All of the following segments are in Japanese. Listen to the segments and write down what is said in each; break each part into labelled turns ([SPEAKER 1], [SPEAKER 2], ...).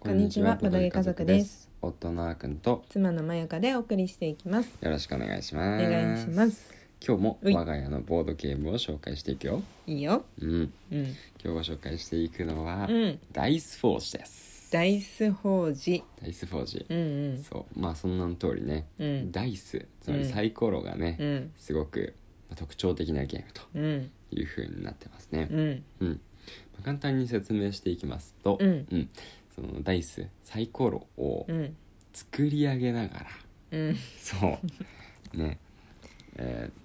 [SPEAKER 1] こんにちは、ボドゲ家族です。
[SPEAKER 2] 夫のあーくんと
[SPEAKER 1] 妻のまゆかでお送りしていきます。
[SPEAKER 2] よろしくお願いし
[SPEAKER 1] お
[SPEAKER 2] ます。
[SPEAKER 1] 願いしま。す。
[SPEAKER 2] 今日も
[SPEAKER 1] うい
[SPEAKER 2] 我が家のボードゲームを紹介していくよ。
[SPEAKER 1] いいよ。
[SPEAKER 2] うん。
[SPEAKER 1] うん。
[SPEAKER 2] 今日ご紹介していくのは、
[SPEAKER 1] うん。
[SPEAKER 2] ダイスフォージです。
[SPEAKER 1] ダイス法事。
[SPEAKER 2] ダイスフォージ。
[SPEAKER 1] うんうん。
[SPEAKER 2] そう、まあその名の通りね、
[SPEAKER 1] うん
[SPEAKER 2] ダイスつま
[SPEAKER 1] う
[SPEAKER 2] り
[SPEAKER 1] ん
[SPEAKER 2] サイコロがね、
[SPEAKER 1] うん。
[SPEAKER 2] すごくまあ特徴的なゲームと
[SPEAKER 1] うん。
[SPEAKER 2] いう風になってますね。
[SPEAKER 1] うん。
[SPEAKER 2] うん。まあ簡単に説明していきますと、
[SPEAKER 1] うん
[SPEAKER 2] そのダイスサイコロを
[SPEAKER 1] うん。
[SPEAKER 2] 作り上げながら、
[SPEAKER 1] うん。
[SPEAKER 2] そうねえー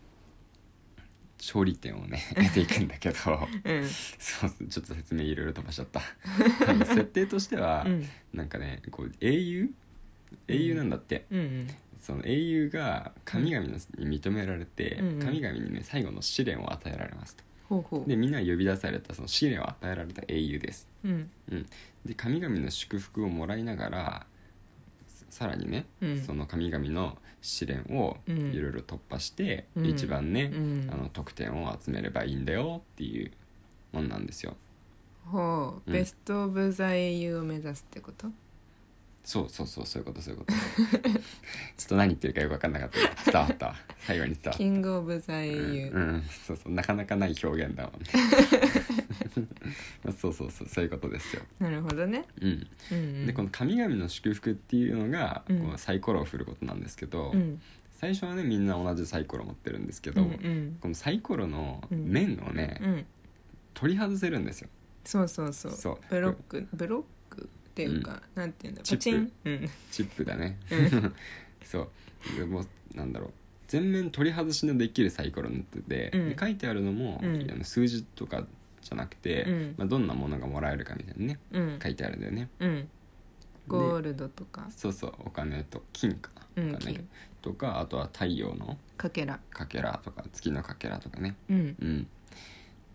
[SPEAKER 2] 勝利点をね得ていくんだけど
[SPEAKER 1] うん。
[SPEAKER 2] そうちょっと説明いろいろ飛ばしちゃった あの設定としては、
[SPEAKER 1] うん。
[SPEAKER 2] なんかねこう英雄英雄なんだって、
[SPEAKER 1] うん。
[SPEAKER 2] その英雄が神々のに認められて、
[SPEAKER 1] うんうん
[SPEAKER 2] 神々にね最後の試練を与えられますと
[SPEAKER 1] ほうほう。
[SPEAKER 2] でみんな呼び出されたその試練を与えられた英雄です
[SPEAKER 1] うん。
[SPEAKER 2] で神々の祝福をもらいながらさらにね、
[SPEAKER 1] うん
[SPEAKER 2] その神々の試練を
[SPEAKER 1] うん
[SPEAKER 2] いろいろ突破して、
[SPEAKER 1] うん
[SPEAKER 2] 一番ね、
[SPEAKER 1] うん
[SPEAKER 2] あの得点を集めればいいんだよっていうもんなんですよ。
[SPEAKER 1] ほ
[SPEAKER 2] う
[SPEAKER 1] う。
[SPEAKER 2] ん
[SPEAKER 1] ベストオブザ英雄を目指すってこと
[SPEAKER 2] そうそうそうそういうことそういうこと ちょっと何言ってるかよく分かんなかったけど伝わった わ最後に伝わった
[SPEAKER 1] キングオブザ英
[SPEAKER 2] う
[SPEAKER 1] 雄。
[SPEAKER 2] ん、うん、そうそうなかなかない表現だもんね まあそうそうそうそういうことですよ、
[SPEAKER 1] なるほどね。
[SPEAKER 2] うん
[SPEAKER 1] うんうん。
[SPEAKER 2] でこの神々の祝福っていうのが、
[SPEAKER 1] うん
[SPEAKER 2] こうサイコロを振ることなんですけど、
[SPEAKER 1] うん。
[SPEAKER 2] 最初はねみんな同じサイコロ持ってるんですけ
[SPEAKER 1] う
[SPEAKER 2] ど、
[SPEAKER 1] んうん。
[SPEAKER 2] このサイコロの
[SPEAKER 1] うん
[SPEAKER 2] 面をね、
[SPEAKER 1] うん。
[SPEAKER 2] 取り外せるんですよ
[SPEAKER 1] そうそうそう。
[SPEAKER 2] そう
[SPEAKER 1] ブロック、ブロックっていうか、なんていうんだ、
[SPEAKER 2] チッ
[SPEAKER 1] パ
[SPEAKER 2] プ
[SPEAKER 1] チン。うん。
[SPEAKER 2] チップだね
[SPEAKER 1] う
[SPEAKER 2] そうでもうなんだろう全面取り外しのできるサイコロになってて、
[SPEAKER 1] うん
[SPEAKER 2] で書いてあるのも、
[SPEAKER 1] うん
[SPEAKER 2] あの数字とかじゃなくて、
[SPEAKER 1] うん
[SPEAKER 2] まあ、どんなものがもらえるかみたいなね
[SPEAKER 1] うん。
[SPEAKER 2] 書いてあるんだよね
[SPEAKER 1] うん。ゴールドとか
[SPEAKER 2] で、そうそうお金と金か
[SPEAKER 1] う
[SPEAKER 2] な、
[SPEAKER 1] ん
[SPEAKER 2] お金
[SPEAKER 1] 金
[SPEAKER 2] とかあとは太陽の
[SPEAKER 1] かけら。
[SPEAKER 2] かけらとか月のかけらとかね
[SPEAKER 1] うん。
[SPEAKER 2] うん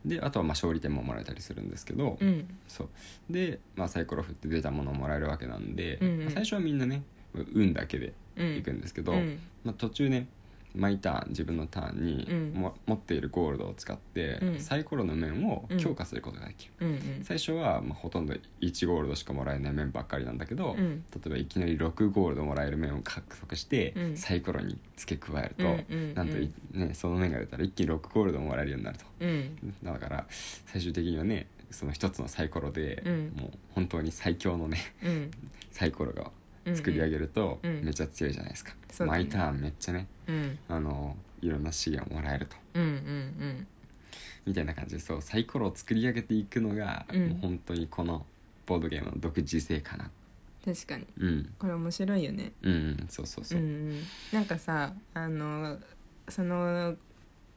[SPEAKER 2] であとはまあ勝利点ももらえたりするんですけど、
[SPEAKER 1] うん。
[SPEAKER 2] そうで、まあ、サイコロ振って出たものをもらえるわけなんで、
[SPEAKER 1] うんうん
[SPEAKER 2] まあ最初はみんなね運だけで
[SPEAKER 1] うん。
[SPEAKER 2] いくんですけど、
[SPEAKER 1] うん。
[SPEAKER 2] まあ、途中ね毎ターン自分のターンに
[SPEAKER 1] うん
[SPEAKER 2] も、持っているゴールドを使って、
[SPEAKER 1] うん
[SPEAKER 2] サイコロの面を
[SPEAKER 1] うん
[SPEAKER 2] 強化することができる、
[SPEAKER 1] うん。うん。
[SPEAKER 2] 最初はまあほとんど1ゴールドしかもらえない面ばっかりなんだけど、
[SPEAKER 1] うん
[SPEAKER 2] 例えばいきなり6ゴールドもらえる面を獲得して、
[SPEAKER 1] うん
[SPEAKER 2] サイコロに付け加えると、
[SPEAKER 1] うんうん
[SPEAKER 2] なんとい、ね、その面が出たら一気に6ゴールドもらえるようになると。
[SPEAKER 1] うん。
[SPEAKER 2] だから最終的にはねその一つのサイコロで、
[SPEAKER 1] うん
[SPEAKER 2] もう本当に最強のね
[SPEAKER 1] うん。
[SPEAKER 2] サイコロが
[SPEAKER 1] うん
[SPEAKER 2] 作り上げると
[SPEAKER 1] うん
[SPEAKER 2] めっちゃ強いじゃないですか、
[SPEAKER 1] そうだね
[SPEAKER 2] 毎ターンめっちゃね
[SPEAKER 1] うん。
[SPEAKER 2] あのいろんな資源をもらえると
[SPEAKER 1] うん。うん。
[SPEAKER 2] みたいな感じでそうサイコロを作り上げていくのが、
[SPEAKER 1] うん
[SPEAKER 2] もう本当にこのボードゲームの独自性かな、
[SPEAKER 1] うん。確かに。
[SPEAKER 2] うん、
[SPEAKER 1] これ面白いよね。
[SPEAKER 2] うんうんそうそう
[SPEAKER 1] う
[SPEAKER 2] そ
[SPEAKER 1] ん
[SPEAKER 2] う、
[SPEAKER 1] う
[SPEAKER 2] うん
[SPEAKER 1] ん。なんかさ、あの、その。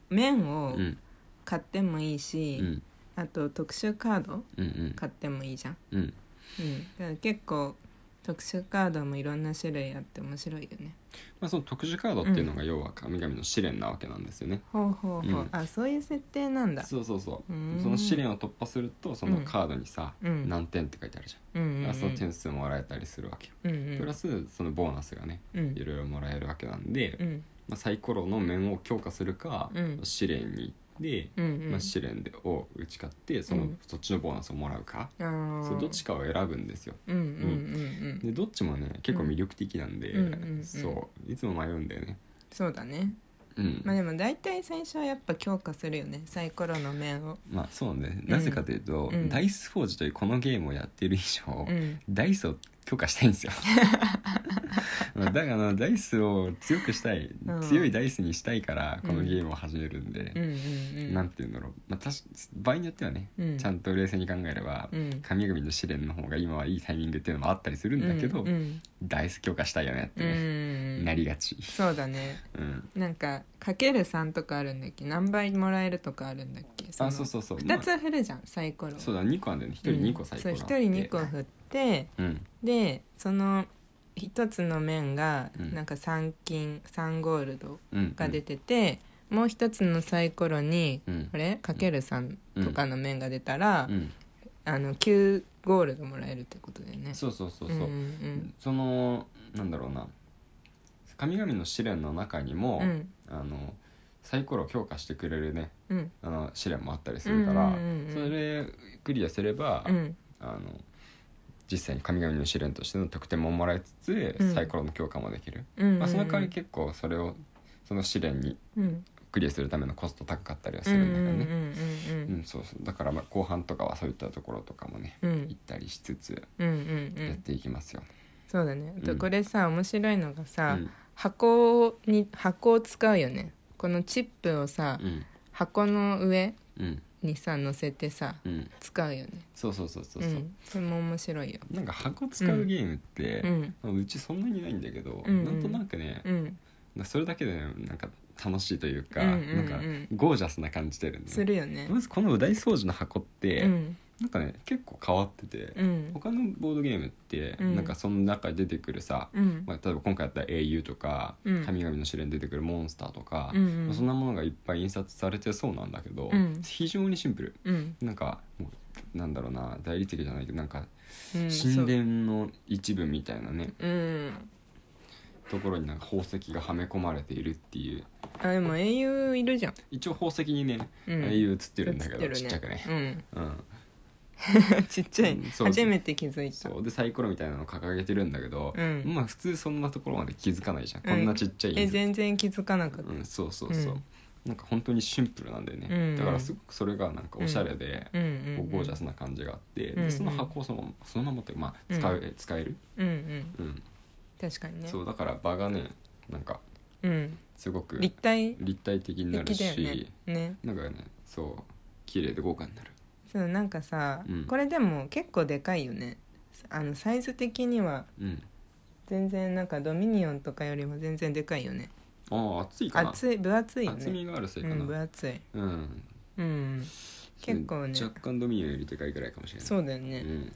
[SPEAKER 1] 面を
[SPEAKER 2] うん
[SPEAKER 1] 買ってもいいうし、
[SPEAKER 2] ん
[SPEAKER 1] あと特殊カード
[SPEAKER 2] うん
[SPEAKER 1] 買ってもいいじゃん。
[SPEAKER 2] うん
[SPEAKER 1] うん、だから結構特殊カードもいろんな種類あって面白いよね。
[SPEAKER 2] まあ、その特殊カードっていうのが要は神々の試練なわけなんですよね、
[SPEAKER 1] ほうほうほう、
[SPEAKER 2] うん
[SPEAKER 1] あそういう設定なんだ。
[SPEAKER 2] そうそうそう
[SPEAKER 1] うん
[SPEAKER 2] その試練を突破するとそのカードにさ、
[SPEAKER 1] うん
[SPEAKER 2] 何点って書いてあるじゃん
[SPEAKER 1] うんうんうん
[SPEAKER 2] あその点数もらえたりするわけよ、
[SPEAKER 1] うん
[SPEAKER 2] プラスそのボーナスがね
[SPEAKER 1] うん
[SPEAKER 2] いろいろもらえるわけなんで、
[SPEAKER 1] うん
[SPEAKER 2] まあ、サイコロの面を強化するか、
[SPEAKER 1] うん
[SPEAKER 2] 試練に行って、
[SPEAKER 1] うんうん
[SPEAKER 2] まあ、試練でを打ち勝ってその、
[SPEAKER 1] うん
[SPEAKER 2] そっちのボーナスをもらうか、
[SPEAKER 1] あー
[SPEAKER 2] そうどっちかを選ぶんですよ
[SPEAKER 1] うんうんうんうん
[SPEAKER 2] でどっちもね結構魅力的なんで、
[SPEAKER 1] うんうんうんうん
[SPEAKER 2] そういつも迷うんだよね
[SPEAKER 1] そうだね
[SPEAKER 2] うん
[SPEAKER 1] まあでも大体最初はやっぱ強化するよねサイコロの面を、
[SPEAKER 2] まあそうなんだよねなぜかというと、
[SPEAKER 1] うん
[SPEAKER 2] ダイスフォージというこのゲームをやってる以上、
[SPEAKER 1] うん、
[SPEAKER 2] ダイスを強化したいん ですよまあだからダイスを強くしたい、
[SPEAKER 1] うん
[SPEAKER 2] 強いダイスにしたいからこのゲームを始めるん
[SPEAKER 1] うん
[SPEAKER 2] で、
[SPEAKER 1] うんうん
[SPEAKER 2] なんていうんだろう、まあ、たし場合によってはね、
[SPEAKER 1] うん
[SPEAKER 2] ちゃんと冷静に考えれば、
[SPEAKER 1] うん
[SPEAKER 2] 神々の試練の方が今はいいタイミングっていうのもあったりするんだけど、
[SPEAKER 1] うんうん
[SPEAKER 2] ダイス強化したいよねって
[SPEAKER 1] うんう
[SPEAKER 2] ね、
[SPEAKER 1] ん
[SPEAKER 2] なりがち、
[SPEAKER 1] そうだね
[SPEAKER 2] うん、
[SPEAKER 1] なんかかける3とかあるんだっけ何倍もらえるとかあるんだっけ
[SPEAKER 2] あそうそうそう
[SPEAKER 1] 2つ振るじゃんサイコロ
[SPEAKER 2] そうだ2個あるんだよね1人2個サイコロあ
[SPEAKER 1] うん
[SPEAKER 2] って、
[SPEAKER 1] そう1人2個振って
[SPEAKER 2] うん
[SPEAKER 1] でその1つの面が
[SPEAKER 2] うん
[SPEAKER 1] なんか3金3ゴールド
[SPEAKER 2] うん
[SPEAKER 1] が出てて、もう1つのサイコロに
[SPEAKER 2] うん
[SPEAKER 1] これかける3とかの面が出たら、
[SPEAKER 2] うん、
[SPEAKER 1] あの9ゴールドもらえるってことだよね
[SPEAKER 2] そうそうそうそう、
[SPEAKER 1] んうん
[SPEAKER 2] そのなんだろうな神々の試練の中にも、
[SPEAKER 1] うん
[SPEAKER 2] あのサイコロを強化してくれるね
[SPEAKER 1] うん
[SPEAKER 2] あの試練もあったりするから、
[SPEAKER 1] うんうんうんうん
[SPEAKER 2] それクリアすれば、
[SPEAKER 1] うん
[SPEAKER 2] あの実際に神々の試練としての得点ももらいつつ、
[SPEAKER 1] うん
[SPEAKER 2] サイコロの強化もできる、
[SPEAKER 1] うんうんうん
[SPEAKER 2] まあ、その代わり結構それをその試練に
[SPEAKER 1] うん
[SPEAKER 2] クリアするためのコスト高かったりはす
[SPEAKER 1] うん
[SPEAKER 2] る
[SPEAKER 1] うん
[SPEAKER 2] だけどね、
[SPEAKER 1] ん
[SPEAKER 2] うん、そうそうだからまあ後半とかはそういったところとかもね、
[SPEAKER 1] うん
[SPEAKER 2] 行ったりしつつ
[SPEAKER 1] うんうんう
[SPEAKER 2] やっ
[SPEAKER 1] ん
[SPEAKER 2] ていきますよ。
[SPEAKER 1] そうだねあ
[SPEAKER 2] う
[SPEAKER 1] と
[SPEAKER 2] ん
[SPEAKER 1] これさ面白いのが
[SPEAKER 2] う
[SPEAKER 1] さ
[SPEAKER 2] ん
[SPEAKER 1] 箱に箱を使うよねこのチップをさ
[SPEAKER 2] うん
[SPEAKER 1] 箱の上
[SPEAKER 2] うん
[SPEAKER 1] にさ乗せてさ
[SPEAKER 2] うん
[SPEAKER 1] 使うよね
[SPEAKER 2] そうそうそうそう
[SPEAKER 1] う
[SPEAKER 2] そう、
[SPEAKER 1] んそれも面白いよ
[SPEAKER 2] なんか箱使うゲームって
[SPEAKER 1] う、ん
[SPEAKER 2] うちそんなにないんだけど、
[SPEAKER 1] うんうん
[SPEAKER 2] なんとなくね、
[SPEAKER 1] うん
[SPEAKER 2] それだけでなんか楽しいというか、
[SPEAKER 1] うんうんうん
[SPEAKER 2] なんかゴージャスな感じてるん
[SPEAKER 1] す
[SPEAKER 2] で、
[SPEAKER 1] るよね
[SPEAKER 2] まずこのう大掃除の箱って、
[SPEAKER 1] うん
[SPEAKER 2] なんかね結構変わってて、
[SPEAKER 1] うん
[SPEAKER 2] 他のボードゲームって、
[SPEAKER 1] うん
[SPEAKER 2] なんかその中に出てくるさ、
[SPEAKER 1] うん
[SPEAKER 2] まあ、例えば今回やった英雄とか、
[SPEAKER 1] うん
[SPEAKER 2] 神々の試練に出てくるモンスターとか、
[SPEAKER 1] うんうん
[SPEAKER 2] まあそんなものがいっぱい印刷されてそうなんだけど、
[SPEAKER 1] うん
[SPEAKER 2] 非常にシンプル
[SPEAKER 1] うん
[SPEAKER 2] なんかもうなんだろうな大理石じゃないけどなんか
[SPEAKER 1] うん
[SPEAKER 2] 神殿の一部みたいなね、
[SPEAKER 1] そううん
[SPEAKER 2] ところになんか宝石がはめ込まれているっていう
[SPEAKER 1] あでも英雄いるじゃん
[SPEAKER 2] 一応宝石にね、
[SPEAKER 1] うん
[SPEAKER 2] 英雄映ってるんだけど、
[SPEAKER 1] 映てるね
[SPEAKER 2] ちっちゃくね、うん、
[SPEAKER 1] うん ちっちゃい
[SPEAKER 2] うんそうそう
[SPEAKER 1] 初めて気づいた
[SPEAKER 2] そうでサイコロみたいなの掲げてるんだけど、
[SPEAKER 1] うん
[SPEAKER 2] まあ普通そんなところまで気づかないじゃん、
[SPEAKER 1] うん
[SPEAKER 2] こんなちっちゃい
[SPEAKER 1] え全然気づかなかった
[SPEAKER 2] うん、そうそうそう、
[SPEAKER 1] うん
[SPEAKER 2] なんか本当にシンプルなんだよね、
[SPEAKER 1] うんうん
[SPEAKER 2] だからすごくそれがなんかおしゃれで、
[SPEAKER 1] うんう
[SPEAKER 2] こ
[SPEAKER 1] ん
[SPEAKER 2] うゴージャスな感じがあって、
[SPEAKER 1] うんう
[SPEAKER 2] で
[SPEAKER 1] ん
[SPEAKER 2] その箱をそのままそのままっていうかまあ使う、使える、
[SPEAKER 1] うんうん
[SPEAKER 2] うん
[SPEAKER 1] 確かにね
[SPEAKER 2] そうだから場がねなんか
[SPEAKER 1] うん
[SPEAKER 2] すごく
[SPEAKER 1] 立体
[SPEAKER 2] 立体的になる
[SPEAKER 1] 的
[SPEAKER 2] し、
[SPEAKER 1] だよねね
[SPEAKER 2] なんかねそう綺麗で豪華になる
[SPEAKER 1] そうなんかさ
[SPEAKER 2] うん
[SPEAKER 1] これでも結構でかいよねあのサイズ的には
[SPEAKER 2] うん
[SPEAKER 1] 全然なんかドミニオンとかよりも全然でかいよね
[SPEAKER 2] ああ厚いかな
[SPEAKER 1] 厚い分厚いよ
[SPEAKER 2] 厚み
[SPEAKER 1] ね
[SPEAKER 2] があるせいうかな、うん
[SPEAKER 1] 分
[SPEAKER 2] ん
[SPEAKER 1] 厚いうん結構ね
[SPEAKER 2] 若干ドミニオンよりでかいぐらいかもしれない
[SPEAKER 1] そうだよ
[SPEAKER 2] う
[SPEAKER 1] ね
[SPEAKER 2] ん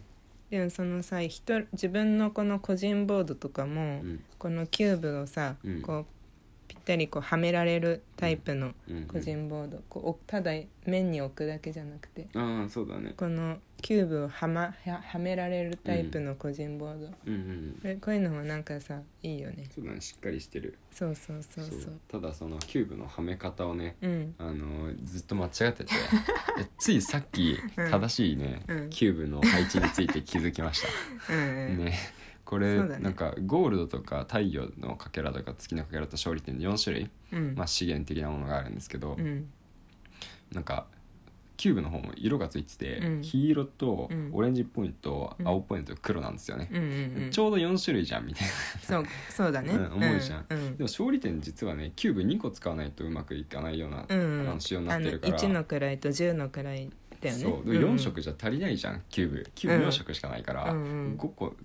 [SPEAKER 1] でもそのさ人自分のこの個人ボードとか
[SPEAKER 2] う
[SPEAKER 1] も
[SPEAKER 2] ん
[SPEAKER 1] このキューブをさ
[SPEAKER 2] うん
[SPEAKER 1] こうぴったりこうはめられるタイプの
[SPEAKER 2] うん
[SPEAKER 1] 個人ボードこうおただ面に置くだけじゃなくて
[SPEAKER 2] ああそうだね
[SPEAKER 1] このキューブをは,、ま、ははめられるタイプの個人ボード、こ
[SPEAKER 2] うんうん
[SPEAKER 1] れこういうのもなんかさいいよね
[SPEAKER 2] そうだねしっかりしてる
[SPEAKER 1] そうそうそうそう
[SPEAKER 2] そうただそのキューブのはめ方をね
[SPEAKER 1] うん
[SPEAKER 2] あのーずっと間違ってて えついさっき
[SPEAKER 1] うん
[SPEAKER 2] 正しいね、
[SPEAKER 1] うん
[SPEAKER 2] キューブの配置について気づきまし
[SPEAKER 1] う
[SPEAKER 2] た、
[SPEAKER 1] ん うん、
[SPEAKER 2] ねこれ、
[SPEAKER 1] そうだね
[SPEAKER 2] なんかゴールドとか太陽のかけらとか月のかけらと勝利点で4種類、
[SPEAKER 1] うん
[SPEAKER 2] まあ、資源的なものがあるんですけど、
[SPEAKER 1] うん
[SPEAKER 2] なんかキューブの方も色がついてて、
[SPEAKER 1] うん
[SPEAKER 2] 黄色と
[SPEAKER 1] うん
[SPEAKER 2] オレンジっぽいのと
[SPEAKER 1] うん
[SPEAKER 2] 青っぽいのと黒なんですよね、
[SPEAKER 1] うんうんうん
[SPEAKER 2] ちょうど4種類じゃんみたいな
[SPEAKER 1] そうそうだね、
[SPEAKER 2] うん思うじゃん
[SPEAKER 1] うん
[SPEAKER 2] でも勝利点実はねキューブ2個使わないとうまくいかないような、
[SPEAKER 1] うん
[SPEAKER 2] あの仕様になってるから
[SPEAKER 1] あの1の位と10の位だよね
[SPEAKER 2] そうで
[SPEAKER 1] ん
[SPEAKER 2] 4色じゃ足りないじゃんキューブキューブ4色しかないから、
[SPEAKER 1] うんう
[SPEAKER 2] 5
[SPEAKER 1] ん
[SPEAKER 2] 個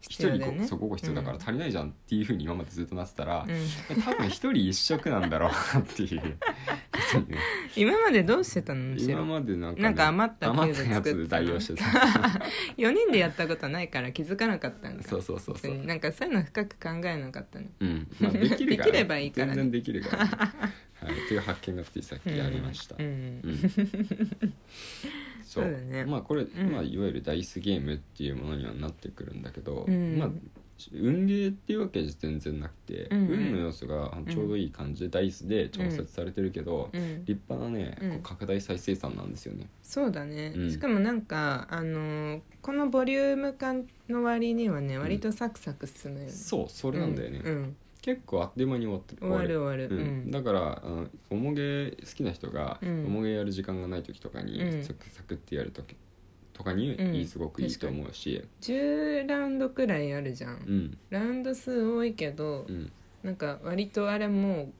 [SPEAKER 1] 必要
[SPEAKER 2] 1人
[SPEAKER 1] だよ
[SPEAKER 2] 5
[SPEAKER 1] ね
[SPEAKER 2] 個そう5個必要だから
[SPEAKER 1] うん
[SPEAKER 2] 足りないじゃんっていうふうに今までずっとなってたら、
[SPEAKER 1] うん
[SPEAKER 2] 多分1人1色なんだろうなっていうことにね
[SPEAKER 1] 今までどうしてたのむし
[SPEAKER 2] 今
[SPEAKER 1] ろ
[SPEAKER 2] までなんか,、
[SPEAKER 1] なんか余ったキューブ
[SPEAKER 2] 余ったやつで代用してた
[SPEAKER 1] 4人でやったことないから気づかなかったんだ
[SPEAKER 2] そうそうそうそう
[SPEAKER 1] 別になんかそういうの深く考えなかったの
[SPEAKER 2] うんまあ、できるから、
[SPEAKER 1] できればいいからね
[SPEAKER 2] 全然できる から、ねはい、という発見がついさっきありました、
[SPEAKER 1] うんう
[SPEAKER 2] う
[SPEAKER 1] ん
[SPEAKER 2] んそう
[SPEAKER 1] そうだね
[SPEAKER 2] まあこれ、
[SPEAKER 1] ん
[SPEAKER 2] まあ、いわゆるダイスゲームっていうものにはなってくるんだけど、
[SPEAKER 1] うん
[SPEAKER 2] まあ運ゲーっていうわけじゃ全然なくて、
[SPEAKER 1] うんうん
[SPEAKER 2] 運の要素がちょうどいい感じでダイスで調節されてるけど、
[SPEAKER 1] うん
[SPEAKER 2] 立派なね、
[SPEAKER 1] うん
[SPEAKER 2] こう拡大再生産なんですよね。
[SPEAKER 1] そうだね、
[SPEAKER 2] うん
[SPEAKER 1] しかもなんかあのーこのボリューム感の割にはね割とサクサク進むよね、
[SPEAKER 2] そうそうれなんだよね、
[SPEAKER 1] んうん
[SPEAKER 2] 結構あっという間に終わって
[SPEAKER 1] 終わる終わる
[SPEAKER 2] う
[SPEAKER 1] うん
[SPEAKER 2] ん、だからあのおもげ好きな人が、
[SPEAKER 1] うん
[SPEAKER 2] おもげやる時間がない時とかに、
[SPEAKER 1] うん
[SPEAKER 2] サクサクってやる時とかに、
[SPEAKER 1] うん
[SPEAKER 2] いいすごくいいと思うし、
[SPEAKER 1] 10ラウンドくらいあるじゃん、
[SPEAKER 2] うん
[SPEAKER 1] ラウンド数多いけど、
[SPEAKER 2] うん、
[SPEAKER 1] なんか割とあれもう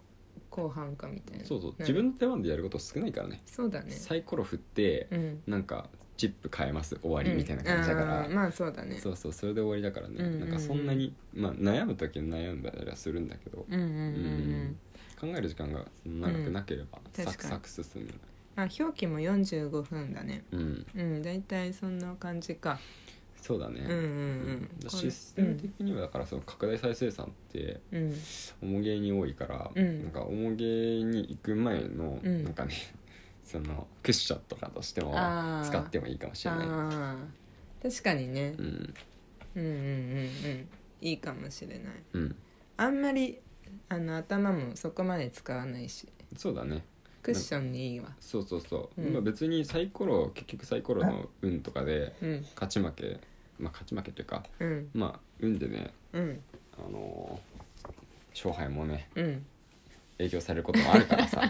[SPEAKER 1] 後半かみたいな
[SPEAKER 2] そうそう
[SPEAKER 1] なんか
[SPEAKER 2] 自分の手番でやること少ないからね
[SPEAKER 1] そうだね
[SPEAKER 2] サイコロ振って、
[SPEAKER 1] うん
[SPEAKER 2] なんかチップ変えます終わりみたいな感じだから、
[SPEAKER 1] うんあーまあそうだね
[SPEAKER 2] そうそうそれで終わりだからね、
[SPEAKER 1] うんうんうん
[SPEAKER 2] なんかそんなに、まあ、悩む時は悩んだりはするんだけど、
[SPEAKER 1] うんうんうん
[SPEAKER 2] う
[SPEAKER 1] うん
[SPEAKER 2] 考える時間が長くなければ、
[SPEAKER 1] 確か
[SPEAKER 2] サ
[SPEAKER 1] に
[SPEAKER 2] クサク進む。
[SPEAKER 1] あ表記も45分だね
[SPEAKER 2] うん
[SPEAKER 1] うん大体そんな感じか
[SPEAKER 2] そうだね、
[SPEAKER 1] うんうんうん
[SPEAKER 2] うん
[SPEAKER 1] これ
[SPEAKER 2] システム的にはだからその拡大再生産って
[SPEAKER 1] うん
[SPEAKER 2] 重げに多いから、
[SPEAKER 1] うん
[SPEAKER 2] なんか重げに行く前の
[SPEAKER 1] うん
[SPEAKER 2] なんかね、 そのクッションとかとしても
[SPEAKER 1] あー
[SPEAKER 2] 使ってもいいかもしれない、
[SPEAKER 1] あー確かにね
[SPEAKER 2] うん
[SPEAKER 1] うんうんうんうんいいかもしれない
[SPEAKER 2] うん、
[SPEAKER 1] あんまりあの頭もそこまで使わないし
[SPEAKER 2] そうだね
[SPEAKER 1] クッションにいいわ
[SPEAKER 2] そうそうそう、
[SPEAKER 1] うん
[SPEAKER 2] まあ別にサイコロ結局サイコロの運とかで
[SPEAKER 1] うん
[SPEAKER 2] 勝ち負けまあ、勝ち負けというか
[SPEAKER 1] うん
[SPEAKER 2] まあ運でね、
[SPEAKER 1] うん
[SPEAKER 2] あのー勝敗もね
[SPEAKER 1] うん
[SPEAKER 2] 影響されることもあるから さ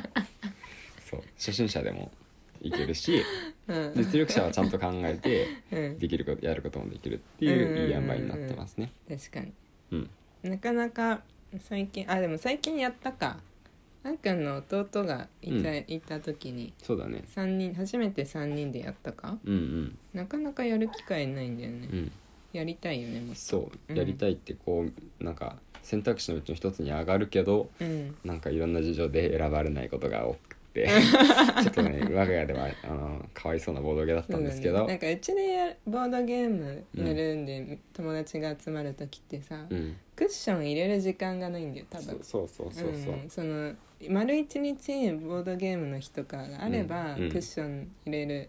[SPEAKER 2] そう初心者でもいけるし
[SPEAKER 1] うん
[SPEAKER 2] 実力者はちゃんと考え て
[SPEAKER 1] うん
[SPEAKER 2] できることやることもできるって
[SPEAKER 1] うんうんうんう
[SPEAKER 2] い
[SPEAKER 1] ん
[SPEAKER 2] ういい塩梅になってますね。
[SPEAKER 1] 確かに
[SPEAKER 2] うん、
[SPEAKER 1] なかなか最近あでも最近やったかあんくんの弟がいた,、
[SPEAKER 2] うん
[SPEAKER 1] いた時に
[SPEAKER 2] そうだね
[SPEAKER 1] 三人初めて3人でやったか
[SPEAKER 2] うん
[SPEAKER 1] なかなかやる機会ないんだよね、
[SPEAKER 2] うんうん
[SPEAKER 1] やりたいよねもっと
[SPEAKER 2] そう
[SPEAKER 1] うん
[SPEAKER 2] やりたいってこうなんか選択肢のうちの一つに上がるけど
[SPEAKER 1] うん
[SPEAKER 2] なんかいろんな事情で選ばれないことが多 くてちょっとね我が家ではあのかわいそうなボードゲーだったんですけ
[SPEAKER 1] そう
[SPEAKER 2] ど
[SPEAKER 1] だねなんかうちでやボードゲームやるんで、友達が集まる時ってさ、
[SPEAKER 2] うん
[SPEAKER 1] クッション入れる時間がないんだよ多
[SPEAKER 2] そ
[SPEAKER 1] 分
[SPEAKER 2] うそうそうそうそう
[SPEAKER 1] うん、その丸一日ボードゲームの日とかがあれば、
[SPEAKER 2] うんうん
[SPEAKER 1] クッション入れる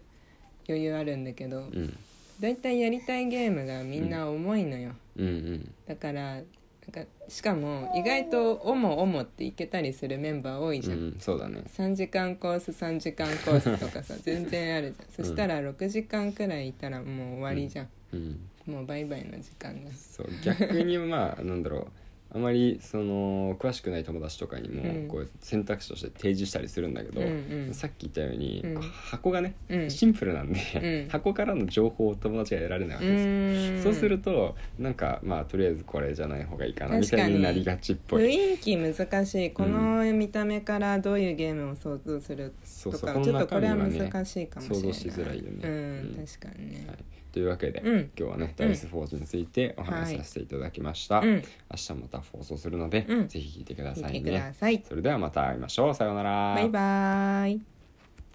[SPEAKER 1] 余裕あるんだけ
[SPEAKER 2] う
[SPEAKER 1] ど、
[SPEAKER 2] ん
[SPEAKER 1] だいたいやりたいゲームがみんな重いのよ、
[SPEAKER 2] うんうん
[SPEAKER 1] だからなんかしかも意外と「おもおも」っていけたりするメンバー多いじ
[SPEAKER 2] う
[SPEAKER 1] ゃん、
[SPEAKER 2] んそうだね
[SPEAKER 1] 3時間コース3時間コースと かさ全然あるじゃんそしたら6時間くらいいたらもう終わりじゃん、
[SPEAKER 2] うん
[SPEAKER 1] もうバイバイの時間が
[SPEAKER 2] そう逆にまあなんだろうあまりその詳しくない友達とかに
[SPEAKER 1] うん
[SPEAKER 2] もこう選択肢として提示したりするんだけど、
[SPEAKER 1] うんうん
[SPEAKER 2] さっき言ったように、
[SPEAKER 1] うん
[SPEAKER 2] こう箱がね、
[SPEAKER 1] うん
[SPEAKER 2] シンプルなんで、
[SPEAKER 1] うん
[SPEAKER 2] 箱からの情報を友達が得られないわ
[SPEAKER 1] う
[SPEAKER 2] けですよ、
[SPEAKER 1] ーん
[SPEAKER 2] そうするとなんかまあとりあえずこれじゃない方がいいかなみ
[SPEAKER 1] 確か
[SPEAKER 2] た
[SPEAKER 1] に
[SPEAKER 2] いになりがちっぽい
[SPEAKER 1] 雰囲気難しいこの見た目からどういうゲームを想像する
[SPEAKER 2] そ
[SPEAKER 1] と
[SPEAKER 2] う
[SPEAKER 1] か、
[SPEAKER 2] そうこ
[SPEAKER 1] ち
[SPEAKER 2] の
[SPEAKER 1] ょっとこ
[SPEAKER 2] 中身
[SPEAKER 1] れは
[SPEAKER 2] はね
[SPEAKER 1] 難しいかもしれな
[SPEAKER 2] 想像
[SPEAKER 1] い
[SPEAKER 2] しづらいよね
[SPEAKER 1] う
[SPEAKER 2] うん
[SPEAKER 1] ん、確かにね、
[SPEAKER 2] はいというわけで、
[SPEAKER 1] うん
[SPEAKER 2] 今日はねダイスフォージについてお話しさせていただきました、
[SPEAKER 1] うん
[SPEAKER 2] 明日もまた放送するので、
[SPEAKER 1] うん
[SPEAKER 2] ぜひ聞いてくださ
[SPEAKER 1] 見
[SPEAKER 2] い
[SPEAKER 1] てくだ
[SPEAKER 2] ね
[SPEAKER 1] さい
[SPEAKER 2] それではまた会いましょうさようなら
[SPEAKER 1] バイバーイ